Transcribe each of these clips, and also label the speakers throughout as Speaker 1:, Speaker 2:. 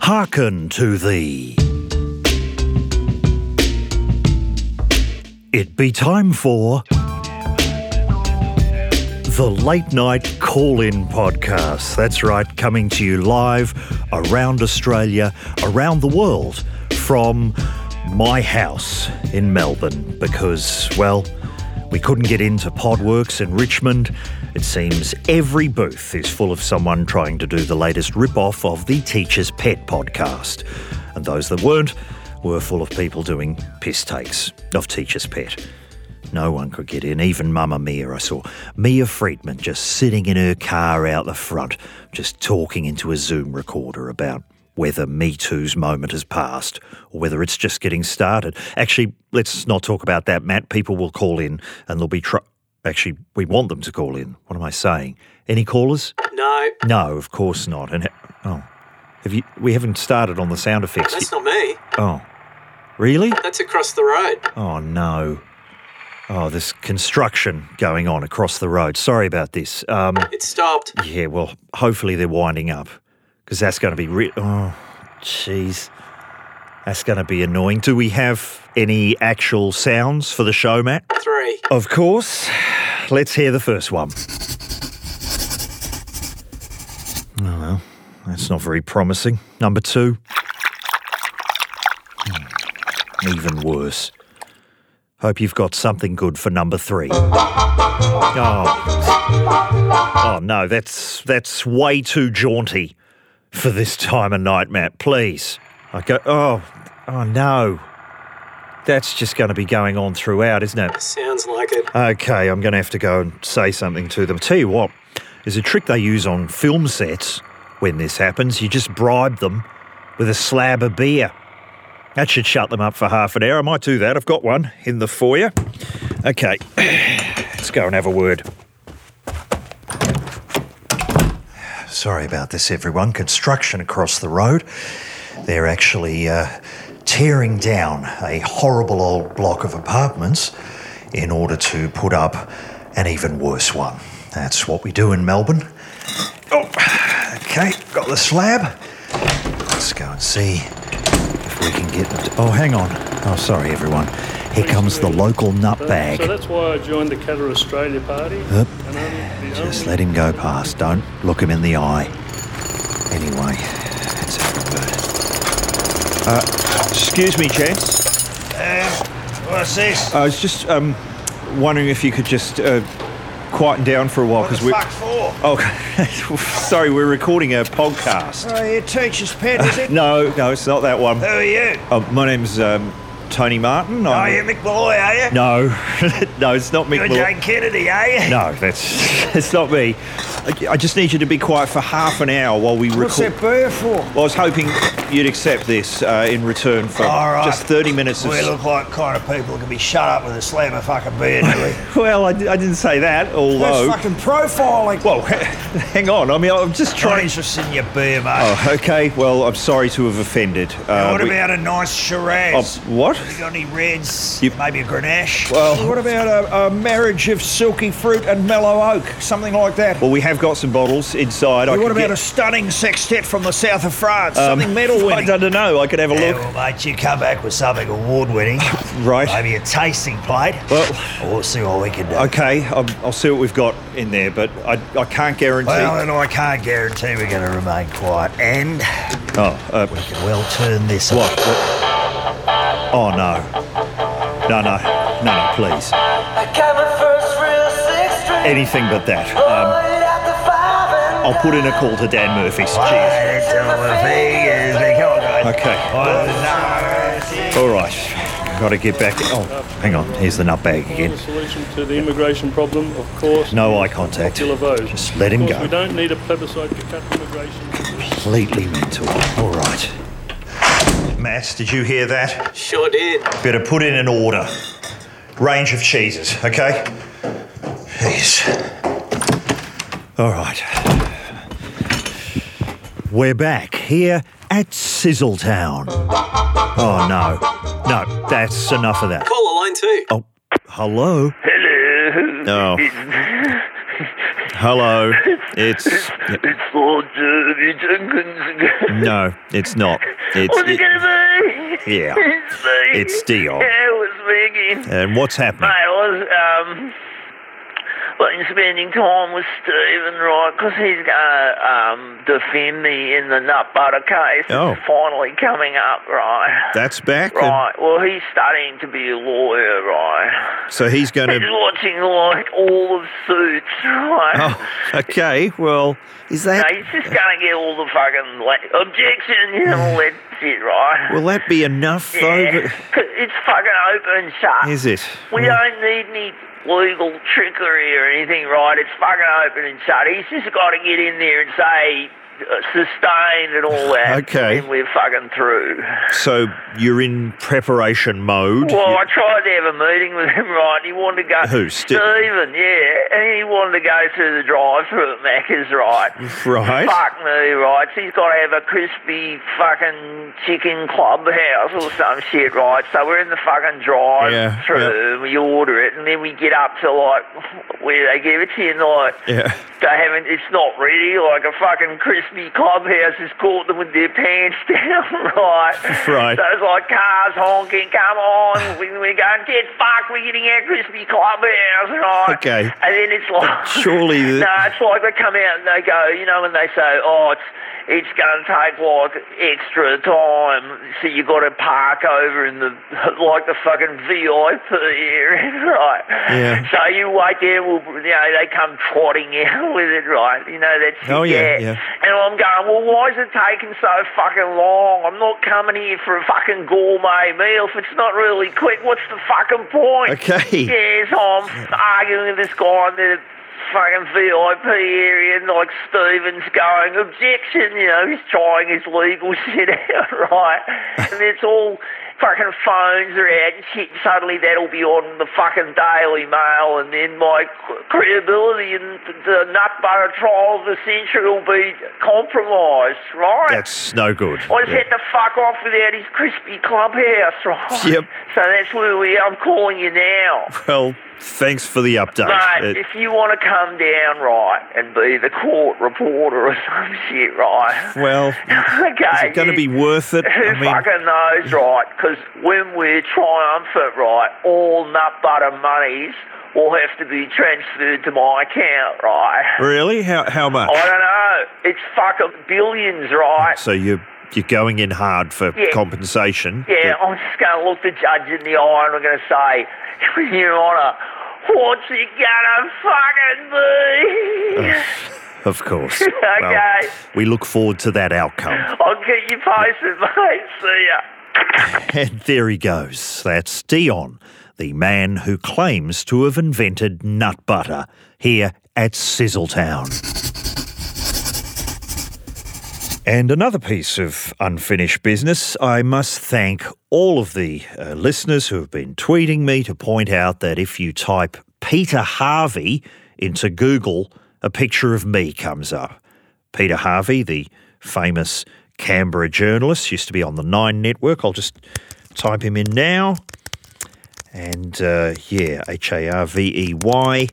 Speaker 1: hearken to thee. It be time for the Late Night Call In Podcast. That's right, coming to you live around Australia, around the world, from my house in Melbourne, because, well, we couldn't get into Podworks in Richmond. It seems every booth is full of someone trying to do the latest rip-off of the Teacher's Pet podcast. And those that weren't were full of people doing piss takes of Teacher's Pet. No one could get in, even Mamma Mia. I saw Mia Friedman just sitting in her car out the front, just talking into a Zoom recorder about whether Me Too's moment has passed or whether it's just getting started. Actually, let's not talk about that, Matt. People will call in and they'll be. Tr- Actually, we want them to call in. What am I saying? Any callers?
Speaker 2: No,
Speaker 1: No, of course not. And oh, have you? We haven't started on the sound effects.
Speaker 2: that's not me.
Speaker 1: oh, really?
Speaker 2: That's across the road.
Speaker 1: Oh no. Oh, there's construction going on across the road. Sorry about this. Um,
Speaker 2: It stopped.
Speaker 1: yeah, well, hopefully they're winding up because that's going to be. Re- oh, jeez. That's going to be annoying. Do we have any actual sounds for the show, Matt?
Speaker 2: Three.
Speaker 1: Of course. Let's hear the first one. Oh, Oh, well, that's not very promising. Number two. Hmm, Even worse. Hope you've got something good for number three. Oh, oh no, that's that's way too jaunty for this time of night, Matt. Please. I go oh oh no. That's just gonna be going on throughout, isn't it?
Speaker 2: Sounds like it.
Speaker 1: Okay, I'm going to have to go and say something to them. Tell you what, there's a trick they use on film sets when this happens. You just bribe them with a slab of beer. That should shut them up for half an hour. I might do that. I've got one in the foyer. Okay, let's go and have a word. Sorry about this, everyone. Construction across the road. They're actually uh, tearing down a horrible old block of apartments in order to put up an even worse one. That's what we do in Melbourne. Oh, okay, got the slab. Let's go and see if we can get them. To- oh, hang on. Oh, sorry, everyone. Here comes the local
Speaker 3: So
Speaker 1: nutbag.
Speaker 3: that's why I joined the Qatar Australia Party. And only, the
Speaker 1: Just
Speaker 3: only-
Speaker 1: let him go past. Don't look him in the eye. Anyway, that's a good bird. Uh, excuse me, gents.
Speaker 4: What's Uh, this?
Speaker 1: I was just um, wondering if you could just uh, quieten down for a while
Speaker 4: What the
Speaker 1: because we're.
Speaker 4: fuck for?
Speaker 1: Oh, sorry, we're recording a podcast.
Speaker 4: Oh, your teacher's pet, is it?
Speaker 1: No, no, it's not that one.
Speaker 4: Who are you?
Speaker 1: Uh, my name's um, Tony Martin.
Speaker 4: Oh,
Speaker 1: I'm-
Speaker 4: you're Mick Malloy, are you?
Speaker 1: No, no, it's not Mick.
Speaker 4: You're
Speaker 1: Malloy.
Speaker 4: Jane Kennedy, are you?
Speaker 1: No, that's it's not me. I, I just need you to be quiet for half an hour while we
Speaker 4: What's
Speaker 1: record.
Speaker 4: that beer for?
Speaker 1: Well, I was hoping you'd accept this uh, in return for
Speaker 4: All right.
Speaker 1: just 30 minutes of.
Speaker 4: We look like kind of people who can be shut up with a slab of fucking beer, do we?
Speaker 1: Well, I, di- I didn't say that, although.
Speaker 4: That's fucking profiling.
Speaker 1: Well, hang on. I mean, I'm just
Speaker 4: Not
Speaker 1: trying.
Speaker 4: interested in your beer, mate.
Speaker 1: Oh, okay. Well, I'm sorry to have offended. Uh,
Speaker 4: what
Speaker 1: we-
Speaker 4: about a nice
Speaker 1: Oh,
Speaker 4: Shiraz?
Speaker 1: what?
Speaker 4: you got any reds?
Speaker 1: You-
Speaker 4: Maybe a Grenache?
Speaker 1: Well-
Speaker 4: what about a, a marriage of silky fruit and mellow oak? Something like that.
Speaker 1: Well, we have got some bottles inside. I
Speaker 4: what
Speaker 1: could
Speaker 4: about
Speaker 1: get- Um,
Speaker 4: a stunning sextet from the south of France? something medal
Speaker 1: I
Speaker 4: winning.
Speaker 1: don't know. I could have a
Speaker 4: Yeah,
Speaker 1: look.
Speaker 4: well, mate, you come back with something award winning.
Speaker 1: Right.
Speaker 4: Maybe a tasting plate. Oh,
Speaker 1: Well-
Speaker 4: we'll see what we can do.
Speaker 1: Okay, I'll, I'll see what we've got in there, but I, I can't guarantee.
Speaker 4: Well, then I can't guarantee we're going to remain quiet. And
Speaker 1: oh, uh,
Speaker 4: we can well turn this
Speaker 1: What?
Speaker 4: off.
Speaker 1: What? Oh no. No, no. No, no, please. Anything but that. Um, I'll put in a call to Dan Murphy's. Jeez.
Speaker 4: Wait until the fingers become good.
Speaker 1: Okay.
Speaker 4: Oh, no.
Speaker 1: All right. Got to get back. Oh, hang on. Here's the nut bag
Speaker 3: the
Speaker 1: again.
Speaker 3: solution to the immigration problem, of course,
Speaker 1: No eye contact.
Speaker 3: popular vote.
Speaker 1: Just let him
Speaker 3: Of course, We
Speaker 1: go.
Speaker 3: don't need a plebiscite to cut immigration.
Speaker 1: Completely mental. All right. Matt, did you hear that?
Speaker 2: Sure did.
Speaker 1: Better put in an order. Range of cheeses, okay? Jeez. All right. We're back here at Sizzletown. Oh no. No, that's enough of that.
Speaker 2: Call a line two.
Speaker 1: Oh, hello?
Speaker 5: Hello.
Speaker 1: No. Oh. Hello.
Speaker 5: It's
Speaker 6: It's for dirty Jenkins.
Speaker 5: no, it's not. It's
Speaker 6: What's it gonna be?
Speaker 5: yeah.
Speaker 6: It's me.
Speaker 5: It's Dion.
Speaker 6: Yeah, it was me again.
Speaker 5: and what's happening?
Speaker 6: Mate, I was um, been spending time with Stephen, right? Because he's gonna um defend me in the nut butter case.
Speaker 5: Oh.
Speaker 6: It's finally coming up, right?
Speaker 5: That's back. and-
Speaker 6: Right. Well, he's studying to be a lawyer, right?
Speaker 5: so he's going
Speaker 6: He's
Speaker 5: to.
Speaker 6: watching like all of Suits, right?
Speaker 5: Oh, okay. Well, is
Speaker 6: No,
Speaker 5: that?
Speaker 6: he's just gonna get all the fucking la- objection, you know, all that shit, right?
Speaker 5: Will that be enough
Speaker 6: yeah,
Speaker 5: though?
Speaker 6: 'cause it's fucking open shut.
Speaker 5: Is it?
Speaker 6: We don't need any legal trickery or anything, right? It's fucking open and shut. He's just got to get in there and say uh, sustained and all that.
Speaker 5: Okay.
Speaker 6: And we're fucking through.
Speaker 5: So you're in preparation mode.
Speaker 6: Well, I tried to have a meeting with him, right? He wanted to go.
Speaker 5: Who, Ste-
Speaker 6: Stephen, yeah. And he wanted to go through the drive-through at Macca's, right?
Speaker 5: right.
Speaker 6: Fuck me, right? He's got to have a crispy fucking chicken clubhouse or some shit, right? So we're in the fucking drive
Speaker 5: Yeah,
Speaker 6: through, we order it, and then we get up to like where they give it to you, and like
Speaker 5: Yeah.
Speaker 6: they haven't, it's not ready, like a fucking crispy clubhouse has caught them with their pants down, right?
Speaker 5: Right.
Speaker 6: So it's like cars honking, come on, we, we're going, get fucked, we're getting our crispy clubhouse, right?
Speaker 5: Okay.
Speaker 6: And then it's like.
Speaker 5: Surely the-
Speaker 6: No, it's like they come out and they go, you know, and they say, oh, it's it's going to take like extra time, so you got to park over in the like the fucking VIP area, right?
Speaker 5: Yeah.
Speaker 6: So you wait there, well, you know, they come trotting out with it, right? You know, that's
Speaker 5: Oh, yeah, yeah.
Speaker 6: And I'm going, well, why is it taking so fucking long? I'm not coming here for a fucking gourmet meal if it's not really quick. What's the fucking point?
Speaker 5: Okay.
Speaker 6: Yes, I'm arguing with this guy in the fucking VIP area, and like Stephen's going, objection, you know, he's trying his legal shit out, right? And it's all fucking phones are out and shit, and suddenly that'll be on the fucking Daily Mail, and then my c- credibility in th- the nut butter trial of the century will be compromised, right?
Speaker 5: That's no good.
Speaker 6: I just
Speaker 5: Yeah.
Speaker 6: had to fuck off without his crispy clubhouse, right?
Speaker 5: Yep.
Speaker 6: So that's where we I'm calling you now.
Speaker 5: Well, thanks for the update.
Speaker 6: Mate,
Speaker 5: Uh,
Speaker 6: if you want to come down right and be the court reporter or some shit, right?
Speaker 5: well, is
Speaker 6: okay.
Speaker 5: it going to be
Speaker 6: you-
Speaker 5: worth it?
Speaker 6: Who
Speaker 5: I mean,
Speaker 6: fucking knows, right? Because when we're triumphant, right, all nut butter monies will have to be transferred to my account, right?
Speaker 5: really? How how much?
Speaker 6: I don't know. It's fucking billions, right?
Speaker 5: So you you're going in hard for
Speaker 6: Yeah.
Speaker 5: compensation.
Speaker 6: Yeah, I'm just going to look the judge in the eye and I'm going to say, Your Honour, what's it going to fucking be?
Speaker 1: Of course.
Speaker 6: okay,
Speaker 1: Well, we look forward to that outcome.
Speaker 6: I'll get you posted, mate. See ya.
Speaker 1: And there he goes. That's Dion, the man who claims to have invented nut butter here at Sizzletown. And another piece of unfinished business. I must thank all of the uh, listeners who have been tweeting me to point out that if you type Peter Harvey into Google, a picture of me comes up. Peter Harvey, the famous Canberra journalist, used to be on the Nine Network. I'll just type him in now. And uh, yeah, H A R V E Y.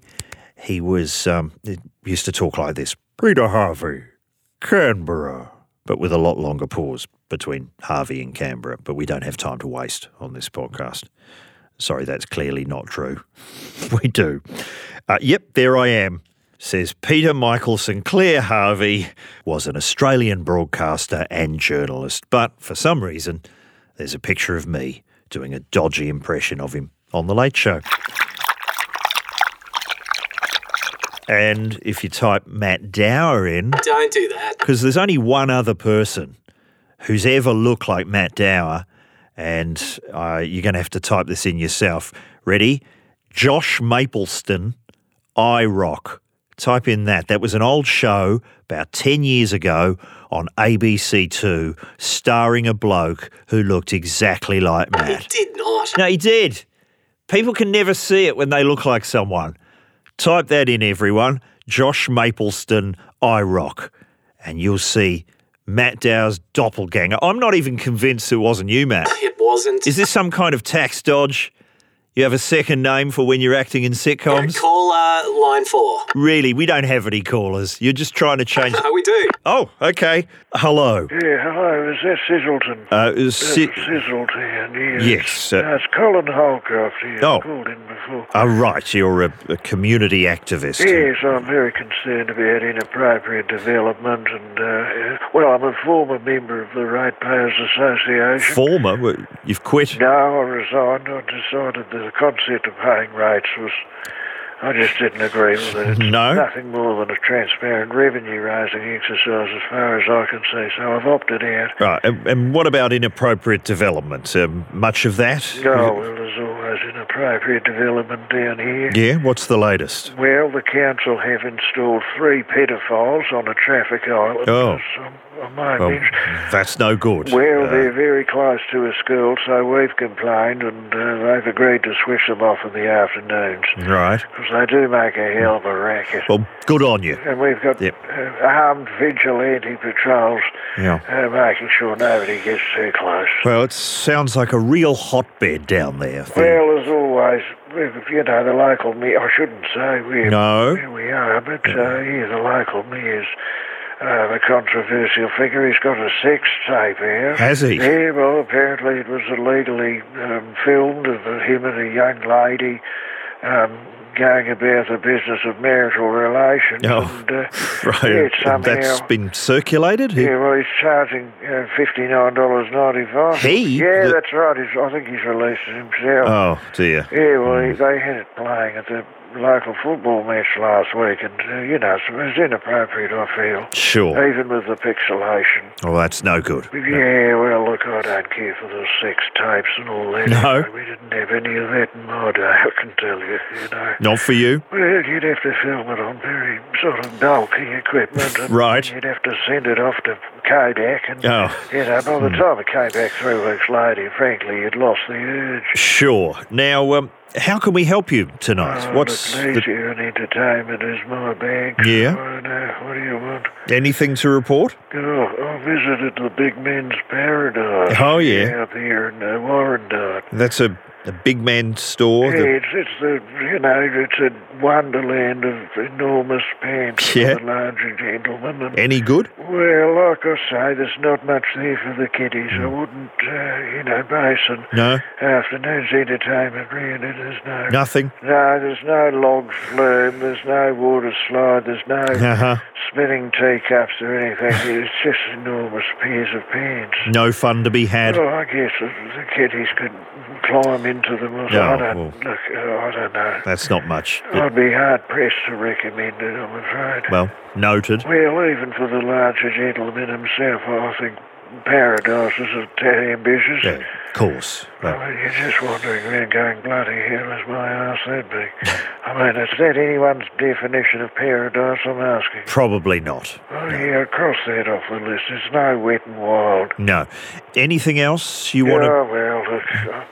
Speaker 1: He was um, he used to talk like this Peter Harvey, Canberra, but with a lot longer pause between Harvey and Canberra. But we don't have time to waste on this podcast. Sorry, that's clearly not true. we do. Uh, yep, there I am. Says Peter Michael Sinclair Harvey was an Australian broadcaster and journalist, but for some reason, there's a picture of me doing a dodgy impression of him on The Late Show. And if you type Matt Dower in,
Speaker 2: Don't do that.
Speaker 1: because there's only one other person who's ever looked like Matt Dower, and uh, you're going to have to type this in yourself. Ready? Josh Mapleston, I Rock. Type in that. That was an old show about 10 years ago on ABC2, starring a bloke who looked exactly like
Speaker 2: He
Speaker 1: Matt.
Speaker 2: did not.
Speaker 1: No, he did. People can never see it when they look like someone. Type that in, everyone. Josh Mapleston, I Rock. And you'll see Matt Dow's doppelganger. I'm not even convinced it wasn't you, Matt.
Speaker 2: It wasn't.
Speaker 1: Is this some kind of tax dodge? You have a second name for when you're acting in sitcoms?
Speaker 2: Caller line four.
Speaker 1: Really, we don't have any callers. You're just trying to change.
Speaker 2: No, we do.
Speaker 1: oh, okay. Hello.
Speaker 6: Yeah, hello, is that Sizzleton?
Speaker 1: Uh, is si-
Speaker 6: Sizzled here,
Speaker 1: yes. Uh,
Speaker 6: it's Colin Holcroft here.
Speaker 1: Oh.
Speaker 6: called in before.
Speaker 1: oh, right. You're a, a community activist.
Speaker 6: Yes, I'm very concerned about inappropriate development and, uh, well, I'm a former member of the Ratepayers Association.
Speaker 1: Former. w- You've quit.
Speaker 6: No, I resigned. I decided that the concept of paying rates was. I just didn't agree with it. It's
Speaker 1: No.
Speaker 6: nothing more than a transparent revenue raising exercise as far as I can see, so I've opted out.
Speaker 1: Right. And, and what about inappropriate development? Um, much of that?
Speaker 6: Oh, well, there's always inappropriate development down here.
Speaker 1: Yeah. What's the latest?
Speaker 6: Well, the council have installed three pedophiles on a traffic island.
Speaker 1: Oh.
Speaker 6: So, I might
Speaker 1: Well,
Speaker 6: mention-
Speaker 1: that's no good.
Speaker 6: Well,
Speaker 1: Uh,
Speaker 6: they're very close to a school, so we've complained and uh, they've agreed to switch them off in the afternoons
Speaker 1: right.
Speaker 6: because they do make a hell of a racket.
Speaker 1: Well, good on you.
Speaker 6: And we've got
Speaker 1: Yep.
Speaker 6: uh, armed vigilante patrols
Speaker 1: Yeah.
Speaker 6: uh, making sure nobody gets too close.
Speaker 1: Well, it sounds like a real hotbed down there. for-
Speaker 6: Well, as always, we've- you know, the local mayor, I shouldn't say we're,
Speaker 1: No.
Speaker 6: where we are, but uh, yeah, the local mayor's uh, a controversial figure. He's got a sex tape here.
Speaker 1: Has he?
Speaker 6: Yeah, well, apparently it was illegally um, filmed of him and a young lady um, going about the business of marital relations.
Speaker 1: Oh,
Speaker 6: And, uh,
Speaker 1: Right.
Speaker 6: yeah,
Speaker 1: and that's
Speaker 6: somehow-
Speaker 1: been circulated? Who-
Speaker 6: yeah, well, he's charging uh, $59.95.
Speaker 1: He?
Speaker 6: Yeah,
Speaker 1: The-
Speaker 6: that's right. He's, I think he's released it himself.
Speaker 1: Oh, dear.
Speaker 6: Yeah, well, he- they had it playing at the local football match last week, and, uh, you know, it was inappropriate, I feel,
Speaker 1: Sure.
Speaker 6: even with the pixelation.
Speaker 1: Well, that's no good.
Speaker 6: But yeah, well, look, I don't care for the sex tapes and all that.
Speaker 1: No.
Speaker 6: We didn't have any of that in my day, I can tell you, you know.
Speaker 1: Not for you?
Speaker 6: Well, you'd have to film it on very sort of bulky equipment. And
Speaker 1: Right.
Speaker 6: You'd have to send it off to Kodak, and,
Speaker 1: Oh.
Speaker 6: you know, by the time it came back three weeks later, frankly, you'd lost the urge.
Speaker 1: Sure. Now, um, how can we help you tonight?
Speaker 6: Oh,
Speaker 1: What's
Speaker 6: look,
Speaker 1: the,
Speaker 6: leisure and entertainment is my bag.
Speaker 1: Yeah.
Speaker 6: I know. What do you want?
Speaker 1: anything to report?
Speaker 6: Oh, I visited the big men's paradise.
Speaker 1: Oh, yeah.
Speaker 6: Out here in uh, Warrandyte.
Speaker 1: That's a, a big man store.
Speaker 6: Yeah,
Speaker 1: that-
Speaker 6: it's, it's the you know it's a wonderland of enormous pants
Speaker 1: Yeah.
Speaker 6: for the larger gentlemen. And,
Speaker 1: any good?
Speaker 6: well, like I say, there's not much there for the kiddies. I wouldn't, uh, you know, base an
Speaker 1: No,
Speaker 6: afternoon's entertainment really. There's no
Speaker 1: nothing.
Speaker 6: No, there's no log flume, there's no water slide, there's no
Speaker 1: Uh huh.
Speaker 6: spinning teacups or anything. It's just enormous pairs of pants.
Speaker 1: No fun to be had.
Speaker 6: Well, I guess the, the kiddies could climb into them or something.
Speaker 1: Yeah,
Speaker 6: I don't,
Speaker 1: well.
Speaker 6: look, uh, I don't know.
Speaker 1: That's not much. but-
Speaker 6: I'd be hard pressed to recommend it, I'm afraid.
Speaker 1: well, noted.
Speaker 6: Well, even for the larger gentleman himself, I think paradise is a tad ambitious.
Speaker 1: Yeah, of course.
Speaker 6: I
Speaker 1: Well,
Speaker 6: mean, you're just wandering around going, bloody hell, is my ass that big? I mean, is that anyone's definition of paradise, I'm asking?
Speaker 1: probably not.
Speaker 6: Oh, yeah, cross that off the list. It's no wet and wild.
Speaker 1: No. Anything else you want to?
Speaker 6: Oh, well, look, I-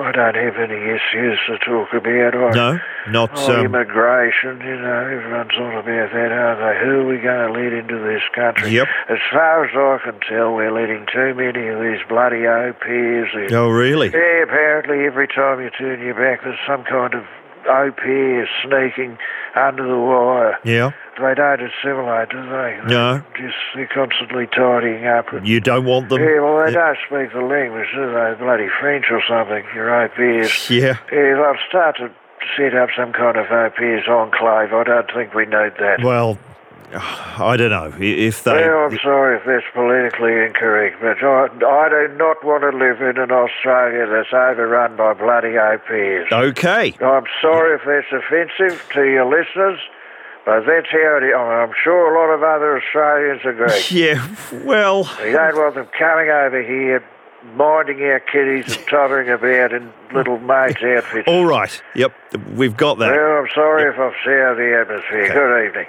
Speaker 6: I don't have any issues to talk about. I,
Speaker 1: No, not.
Speaker 6: Oh,
Speaker 1: Um,
Speaker 6: immigration, you know, everyone's on about that, aren't they? Who are we going to let into this country?
Speaker 1: Yep.
Speaker 6: As far as I can tell, we're letting too many of these bloody au pairs in.
Speaker 1: oh, really?
Speaker 6: Yeah, apparently every time you turn your back, there's some kind of au pair sneaking under the wire.
Speaker 1: Yeah.
Speaker 6: They don't assimilate, do they?
Speaker 1: No.
Speaker 6: Just they're constantly tidying up. And,
Speaker 1: You don't want them.
Speaker 6: yeah, well, they don't speak the language, do they? Bloody French or something, your au pairs.
Speaker 1: Yeah.
Speaker 6: Yeah, they'll start to set up some kind of au pairs enclave. I don't think we need that.
Speaker 1: Well, I don't know I- if they.
Speaker 6: Well, I'm sorry if that's politically incorrect, but I, I do not want to live in an Australia that's overrun by bloody au pairs.
Speaker 1: Okay.
Speaker 6: I'm sorry if that's offensive to your listeners, but that's how it is. Oh, I'm sure a lot of other Australians agree.
Speaker 1: Yeah. Well.
Speaker 6: we don't want them coming over here, minding our kiddies and tottering about in little mates' outfits.
Speaker 1: All right. Yep. We've got that.
Speaker 6: Well, I'm sorry if I've soured the atmosphere. Good evening.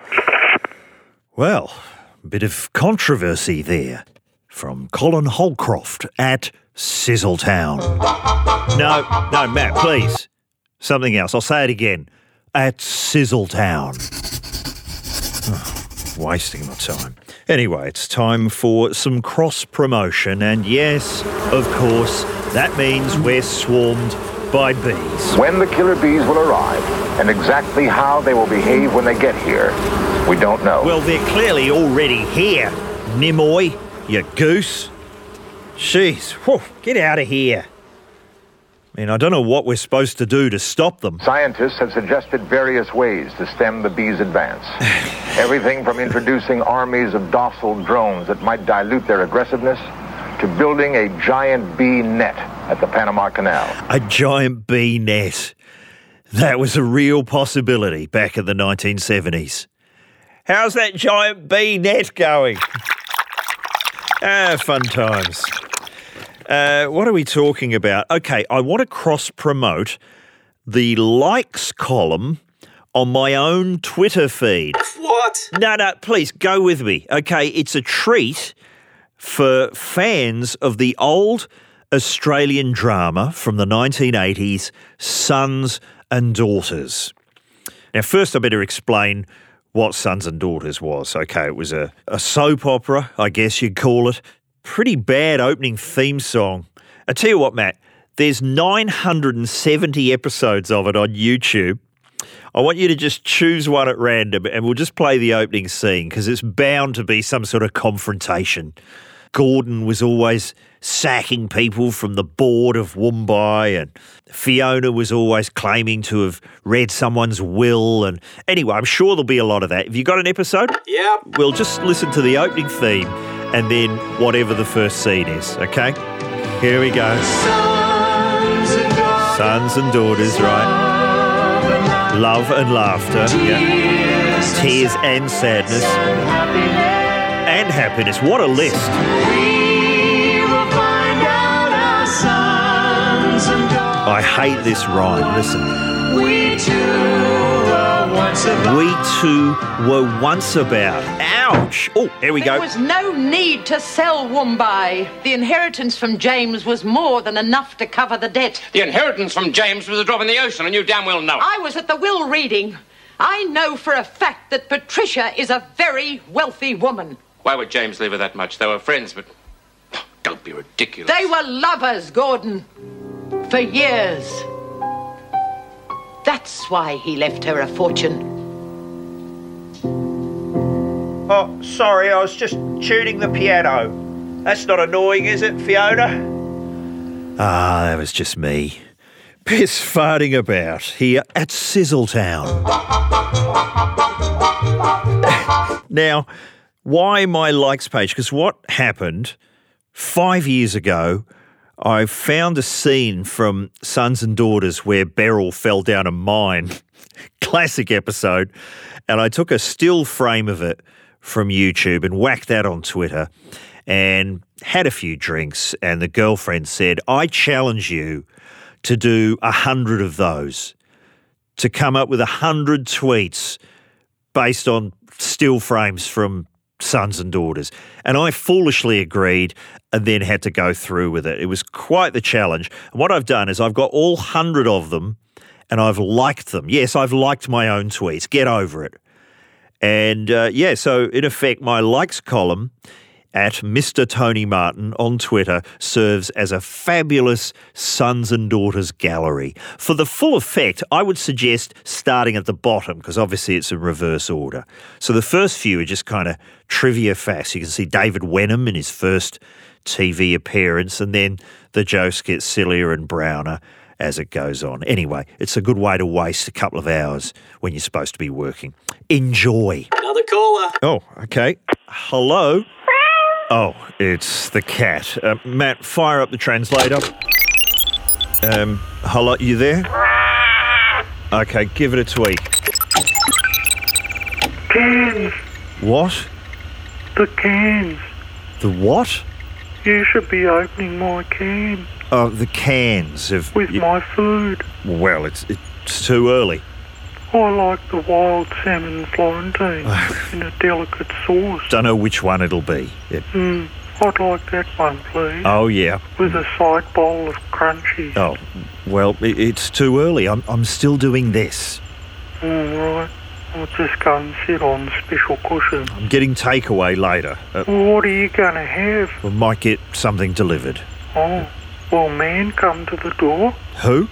Speaker 7: Well, a bit of controversy there from Colin Holcroft at Sizzletown.
Speaker 1: No. No, Matt. Please.
Speaker 7: Something else. I'll say it again. At Sizzletown.
Speaker 1: Wasting my time.
Speaker 7: Anyway, it's time for some cross promotion. And yes, of course, that means we're swarmed
Speaker 8: by bees.
Speaker 9: When the killer bees will arrive and exactly how they will behave when they get here, we don't know.
Speaker 1: Well, they're clearly already here, Nimoy, you goose. Jeez, whew, get out of here. I mean, I don't know what we're supposed to do to stop them.
Speaker 9: Scientists have suggested various ways to stem the bees' advance. Everything from introducing armies of docile drones that might dilute their aggressiveness to building a giant bee net at the Panama Canal.
Speaker 8: A giant bee net. That was a real possibility back in the 1970s.
Speaker 1: How's that giant bee net going? Ah, fun times. Uh, what are we talking about? Okay, I want to cross promote the likes column on my own Twitter feed.
Speaker 2: What?
Speaker 1: No, no, please go with me. Okay, it's a treat for fans of the old Australian drama from the 1980s, Sons and Daughters. Now, first, I better explain what Sons and Daughters was. Okay, it was a, a soap opera, I guess you'd call it. Pretty bad opening theme song. I tell you what, Matt, there's 970 episodes of it on YouTube. I want you to just choose one at random and we'll just play the opening scene because it's bound to be some sort of confrontation. Gordon was always sacking people from the board of Woombai, and Fiona was always claiming to have read someone's will. And anyway, I'm sure there'll be a lot of that. Have you got an episode?
Speaker 2: Yep.
Speaker 1: We'll just listen to the opening theme and then whatever the first scene is, okay? Here we go. Sons and daughters, right? Love and laughter, yeah. Tears and sadness. And happiness. What a list. I hate this rhyme. Listen. We two were once about. Ouch! Oh, there we
Speaker 5: There
Speaker 1: go.
Speaker 5: was no need to sell Wombai. The inheritance from James was more than enough to cover the debt.
Speaker 10: The inheritance from James was a drop in the ocean, and you damn well know it.
Speaker 5: I was at the will reading. I know for a fact that Patricia is a very wealthy woman.
Speaker 10: Why would James leave her that much? They were friends, but don't be ridiculous.
Speaker 5: They were lovers, Gordon, for years. That's why he left her a fortune.
Speaker 4: Oh, sorry, I was just tuning the piano. That's not annoying, is it, Fiona?
Speaker 8: Ah, that was just me. Piss farting about here at Sizzletown. now,
Speaker 1: why my likes page? Because what happened five years ago, I found a scene from Sons and Daughters where Beryl fell down a mine. Classic episode. And I took a still frame of it from YouTube and whacked that on Twitter and had a few drinks. And the girlfriend said, I challenge you to do a hundred of those, to come up with a hundred tweets based on still frames from sons and daughters. And I foolishly agreed and then had to go through with it. It was quite the challenge. And what I've done is I've got all 100 of them and I've liked them. Yes, I've liked my own tweets. Get over it. And uh, yeah, so in effect, my likes column at Mr. Tony Martin on Twitter serves as a fabulous sons and daughters gallery. For the full effect, I would suggest starting at the bottom because obviously it's in reverse order. So the first few are just kind of trivia facts. You can see David Wenham in his first TV appearance, and then the jokes get sillier and browner as it goes on. Anyway, it's a good way to waste a couple of hours when you're supposed to be working. Enjoy.
Speaker 2: Another caller.
Speaker 1: Oh, okay. Hello. Oh, it's the cat. Uh, Matt, fire up the translator. Um, hello, you there? Okay, give it a tweet.
Speaker 6: Cans,
Speaker 1: What?
Speaker 6: the cans.
Speaker 1: The what?
Speaker 6: You should be opening my can
Speaker 1: Oh, the cans of.
Speaker 6: with my food.
Speaker 1: well, it's it's too early.
Speaker 6: I like the wild salmon Florentine in a delicate sauce.
Speaker 1: Don't know which one it'll be. Yeah.
Speaker 6: Mm, I'd like that one, please,
Speaker 1: Oh yeah.
Speaker 6: with a side bowl of crunchy.
Speaker 1: Oh, well, i it's too early. I'm I'm still doing this.
Speaker 6: All right. I'll just go and sit on the special cushion.
Speaker 1: I'm getting takeaway later. Uh,
Speaker 6: Well, what are you going to have?
Speaker 1: we might get something delivered.
Speaker 6: Oh, will man come to the door?
Speaker 1: Who?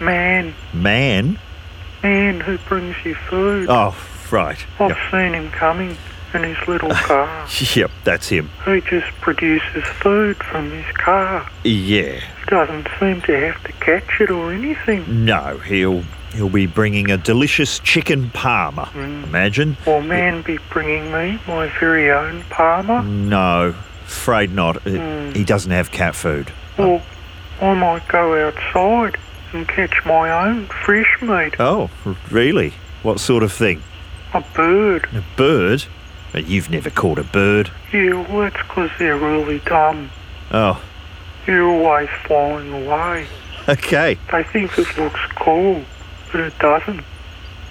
Speaker 9: Man,
Speaker 1: Man?
Speaker 9: man who brings you food.
Speaker 1: Oh, right.
Speaker 9: I've
Speaker 1: Yep.
Speaker 9: seen him coming in his little car.
Speaker 1: Yep, that's him.
Speaker 9: he just produces food from his car.
Speaker 1: Yeah.
Speaker 9: Doesn't seem to have to catch it or anything.
Speaker 1: No, he'll he'll be bringing a delicious chicken parma. Imagine.
Speaker 9: Will Mm. man be bringing me my very own Palmer?
Speaker 1: No, afraid not. It-
Speaker 9: Mm.
Speaker 1: He doesn't have cat food.
Speaker 9: Or I might go outside and catch my own fresh meat.
Speaker 1: Oh, r- really? What sort of thing?
Speaker 9: A bird.
Speaker 1: A bird? But You've never caught a bird.
Speaker 9: Yeah, well, that's 'cause they're really dumb.
Speaker 1: Oh,
Speaker 9: They're always flying away.
Speaker 1: okay.
Speaker 9: They think it looks cool, but it doesn't.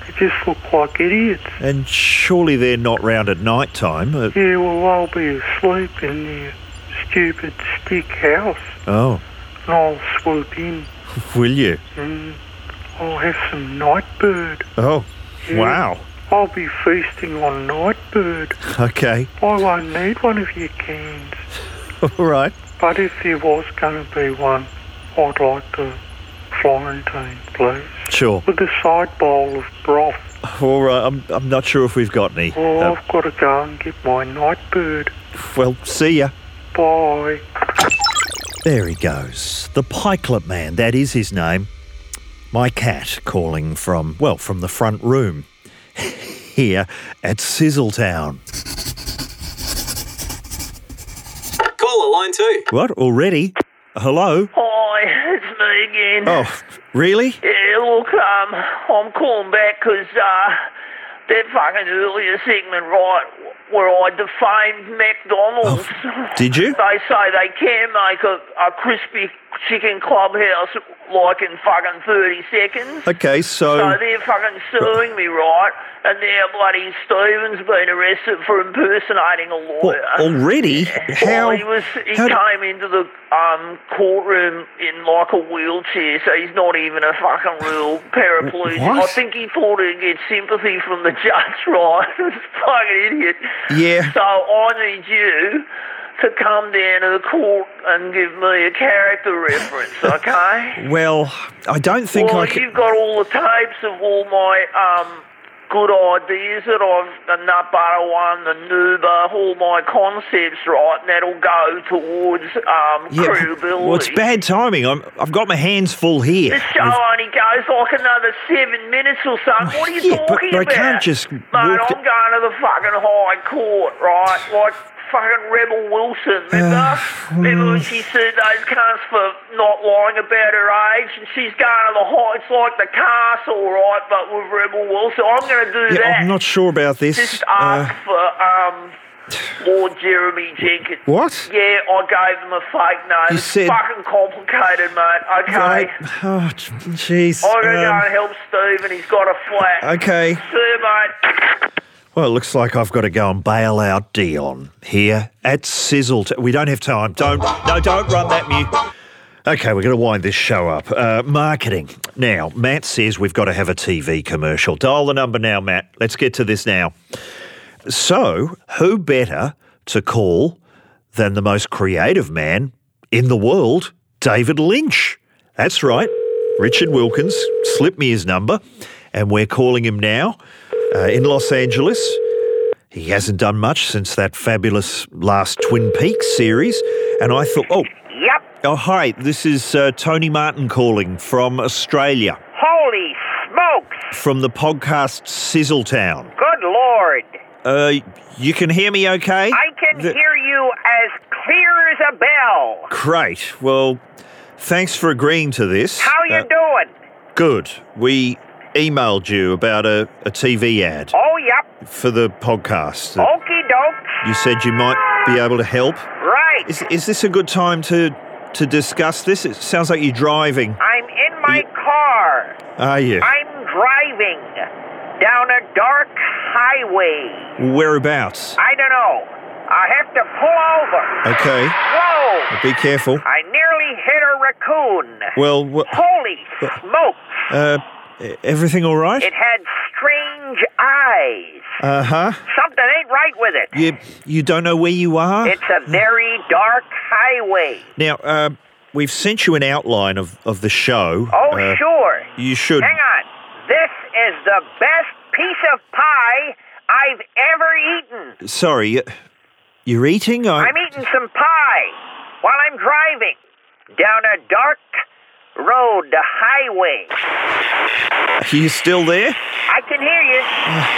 Speaker 9: They just look like idiots.
Speaker 1: And surely they're not round at night time. Uh,
Speaker 9: Yeah, well, I'll be asleep in their stupid stick house,
Speaker 1: oh,
Speaker 9: and I'll swoop in,
Speaker 1: will you?
Speaker 9: and I'll have some nightbird.
Speaker 1: Oh, wow.
Speaker 9: I'll be feasting on nightbird.
Speaker 1: Okay,
Speaker 9: I won't need one of your cans,
Speaker 1: all right.
Speaker 9: but if there was going to be one, I'd like the Florentine, please,
Speaker 1: Sure.
Speaker 9: with a side bowl of broth.
Speaker 1: All right. I'm, I'm not sure if we've got any.
Speaker 9: Oh,
Speaker 1: Uh,
Speaker 9: I've got to go and get my nightbird.
Speaker 1: well, see ya.
Speaker 9: Bye.
Speaker 1: There he goes. The Pikelet Man, that is his name. My cat calling from, well, from the front room here at Sizzletown.
Speaker 2: Caller line two.
Speaker 1: What, already? Hello?
Speaker 6: Hi, it's me again.
Speaker 1: Oh, really?
Speaker 6: Yeah, look, um, I'm calling back 'cause uh, that fucking earlier segment, right, where I defamed McDonald's.
Speaker 1: Did you?
Speaker 6: They say they can make a, a crispy chicken clubhouse like in fucking 30 seconds.
Speaker 1: Okay,
Speaker 6: So
Speaker 1: so.
Speaker 6: they're fucking suing me, right? And now bloody Stephen's been arrested for impersonating a lawyer.
Speaker 1: What, already? How?
Speaker 6: Well, he was he
Speaker 1: how d-
Speaker 6: came into the um, courtroom in like a wheelchair, so he's not even a fucking real paraplegic. I
Speaker 1: What?
Speaker 6: think he thought he'd get sympathy from the judge, right? this fucking idiot.
Speaker 1: Yeah.
Speaker 6: So I need you to come down to the court and give me a character reference, okay?
Speaker 1: Well, I don't think
Speaker 6: well,
Speaker 1: I can.
Speaker 6: you've got all the tapes of all my um, good ideas that I've the nut butter one, the nooba, all my concepts, right? And that'll go towards um,
Speaker 1: Yeah,
Speaker 6: credibility.
Speaker 1: well, it's bad timing. I'm, I've got my hands full here.
Speaker 6: This show only goes like another seven minutes or something. What are you
Speaker 1: Yeah, but-
Speaker 6: talking
Speaker 1: but I
Speaker 6: about?
Speaker 1: can't just
Speaker 6: Mate,
Speaker 1: walk
Speaker 6: I'm
Speaker 1: the-
Speaker 6: going to the fucking High Court, right? Like fucking Rebel Wilson, remember? remember when she sued those cunts for not lying about her age? And she's going to the High... It's like the castle, right? But with Rebel Wilson. I'm going to do
Speaker 1: yeah,
Speaker 6: that.
Speaker 1: I'm not sure about this.
Speaker 6: Just
Speaker 1: Uh,
Speaker 6: ask for um, Lord Jeremy Jenkins.
Speaker 1: What?
Speaker 6: Yeah, I gave them a fake
Speaker 1: You
Speaker 6: name.
Speaker 1: said-
Speaker 6: Fucking complicated, mate. Okay.
Speaker 1: right. Oh, jeez.
Speaker 6: I'm gonna go
Speaker 1: Um,
Speaker 6: and help Steve, and he's got a flat.
Speaker 1: okay.
Speaker 6: See you, mate.
Speaker 1: Well, it looks like I've got to go and bail out Dion here at Sizzle. T- we don't have time. Don't no, don't run that mute. Okay, we're going to wind this show up. Uh, marketing now. Matt says we've got to have a TV commercial. Dial the number now, Matt. Let's get to this now. So, who better to call than the most creative man in the world, David Lynch? That's right. Richard Wilkins slipped me his number, and we're calling him now uh, in Los Angeles. He hasn't done much since that fabulous last Twin Peaks series, and I thought, oh,
Speaker 5: Yep.
Speaker 1: oh, hi, this is uh, Tony Martin calling from Australia,
Speaker 5: Holy smokes.
Speaker 1: from the podcast Sizzletown.
Speaker 5: Good Lord.
Speaker 1: Uh, you can hear me okay?
Speaker 5: I can
Speaker 1: The-
Speaker 5: hear you as clear as a bell.
Speaker 1: Great. Well, thanks for agreeing to this.
Speaker 5: How you
Speaker 1: Uh,
Speaker 5: doing?
Speaker 1: Good. We emailed you about a, a TV ad
Speaker 5: Oh, yep.
Speaker 1: for the podcast.
Speaker 6: Oh.
Speaker 1: that
Speaker 5: Okey doke.
Speaker 1: You said you might be able to help.
Speaker 5: Right.
Speaker 1: Is, is this a good time to to discuss this? It sounds like you're driving.
Speaker 5: I'm in my car.
Speaker 1: Are you?
Speaker 5: I'm driving down a dark highway.
Speaker 1: Whereabouts?
Speaker 5: I don't know. I have to pull over.
Speaker 1: Okay.
Speaker 5: Whoa.
Speaker 1: Be careful.
Speaker 5: I nearly hit a raccoon.
Speaker 1: Well, wh-
Speaker 5: Holy smoke.
Speaker 1: uh, e- everything all right?
Speaker 5: It had strange eyes.
Speaker 1: Uh huh.
Speaker 5: Something ain't right with it.
Speaker 1: You you don't know where you are
Speaker 5: It's a very dark highway.
Speaker 1: now. Uh, we've sent you an outline of, of the show. Uh,
Speaker 6: Oh,
Speaker 5: Uh,
Speaker 6: sure.
Speaker 1: You should.
Speaker 6: Hang on. This is the best piece of pie I've ever eaten.
Speaker 1: Sorry, you- you're eating?
Speaker 6: I'm eating some pie while I'm driving down a dark road, the highway.
Speaker 1: Are you still there?
Speaker 6: I can hear you.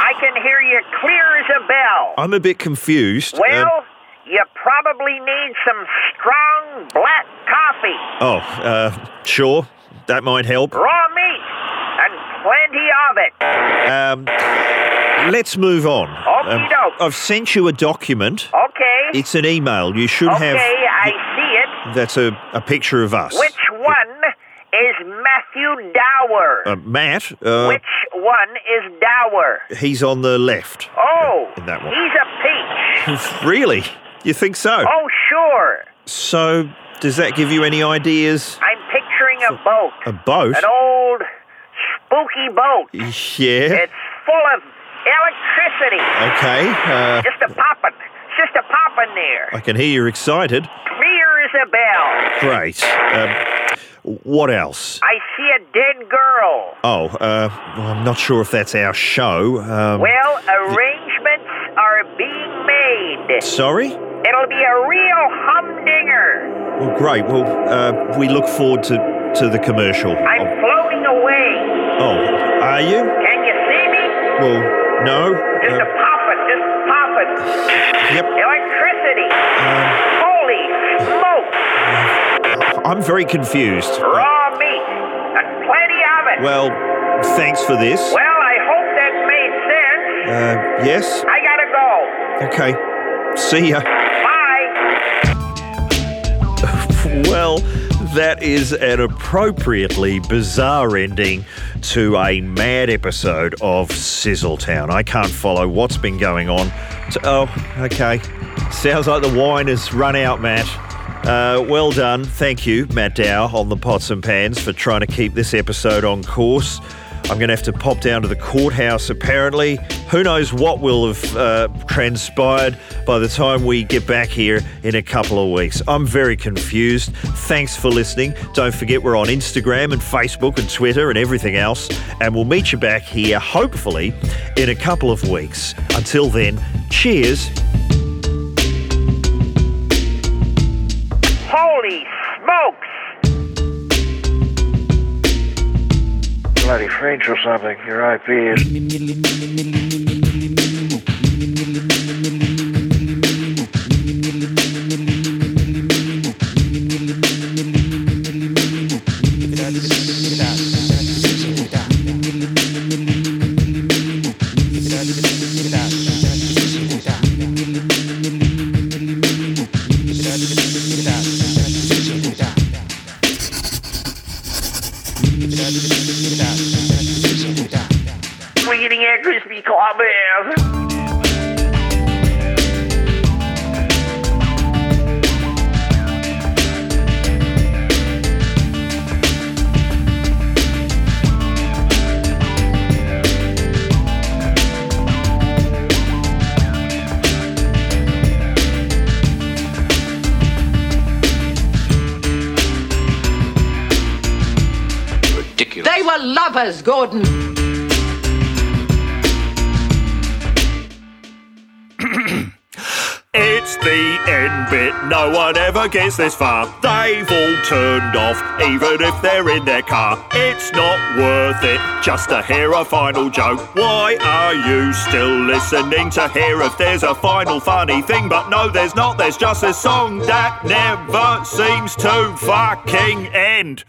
Speaker 6: I can hear you clear as a bell.
Speaker 5: Uh,
Speaker 1: I'm a bit confused. Um,
Speaker 6: Well, you probably need some strong black coffee,
Speaker 1: oh, uh, sure. That might help.
Speaker 6: raw meat, and plenty of it.
Speaker 1: Um, let's move on. Um, I've sent you a document.
Speaker 6: Okay.
Speaker 1: It's an email. You should
Speaker 6: okay,
Speaker 1: have.
Speaker 6: I see it.
Speaker 1: That's a, a picture of us.
Speaker 6: Which one is Matthew Dower?
Speaker 1: Uh, Matt, uh,
Speaker 6: Which one is Dower?
Speaker 1: he's on the left
Speaker 6: Oh,
Speaker 1: in that
Speaker 6: he's a peach.
Speaker 1: one. really? You think so?
Speaker 6: Oh, sure.
Speaker 1: So, does that give you any ideas?
Speaker 6: I'm picturing a boat.
Speaker 1: A boat?
Speaker 6: An old spooky boat
Speaker 1: Yeah.
Speaker 6: full of electricity.
Speaker 1: Okay. Uh,
Speaker 6: Just a poppin'. Just a poppin' there.
Speaker 1: I can hear you're excited.
Speaker 6: Clear as a bell.
Speaker 1: Great. Um, what else?
Speaker 6: I see a dead girl.
Speaker 1: Oh, uh, well, I'm not sure if that's our show. Um,
Speaker 6: well, arrangements are being made.
Speaker 1: Sorry?
Speaker 6: It'll be a real humdinger.
Speaker 1: Well, great. Well, uh, we look forward to, to the commercial.
Speaker 6: I'm floating away.
Speaker 1: Oh, are you?
Speaker 6: Can you see me?
Speaker 1: Well, no.
Speaker 6: Just a poppin', just poppin'.
Speaker 1: Yep. Um.
Speaker 6: Electricity. Holy smoke.
Speaker 1: Uh, I'm very confused.
Speaker 6: Raw meat. And plenty of it.
Speaker 1: Well, thanks for this.
Speaker 6: Well, I hope that made sense.
Speaker 1: Uh, yes?
Speaker 6: I gotta go.
Speaker 1: Okay. See ya. Well, that is an appropriately bizarre ending to a mad episode of Sizzletown. I can't follow what's been going on. So- oh, okay. Sounds like the wine has run out, Matt. Uh, well done. Thank you, Matt Dow, on the pots and pans for trying to keep this episode on course. I'm going to have to pop down to the courthouse, apparently. Who knows what will have uh, transpired by the time we get back here in a couple of weeks. I'm very confused. Thanks for listening. Don't forget we're on Instagram and Facebook and Twitter and everything else. And we'll meet you back here, hopefully, in a couple of weeks. Until then, cheers.
Speaker 6: Holy smokes.
Speaker 11: Bloody French or something, your AP is.
Speaker 12: We're getting at Krispy Club.
Speaker 13: Ridiculous.
Speaker 14: They were lovers, Gordon.
Speaker 4: It's the end bit, no one ever gets this far. They've all turned off, even if they're in their car. It's not worth it just to hear a final joke. Why are you still listening to hear if there's a final funny thing? But no, there's not, there's just a song that never seems to fucking end.